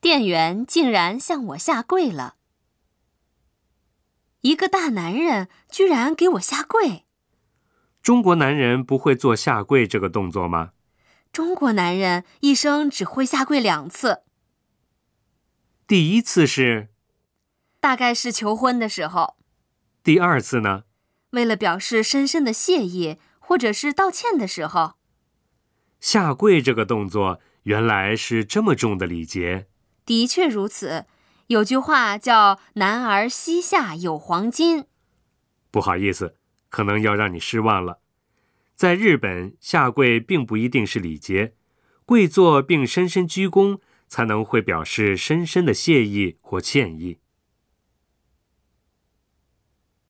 店员竟然向我下跪了。一个大男人居然给我下跪，中国男人不会做下跪这个动作吗？中国男人一生只会下跪两次，第一次是，大概是求婚的时候，第二次呢？为了表示深深的谢意，或者是道歉的时候。下跪这个动作原来是这么重的礼节。的确如此，有句话叫“男儿膝下有黄金不好意思，可能要让你失望了。在日本，下跪并不一定是礼节，跪坐并深深鞠躬才能会表示深深的谢意或歉意。”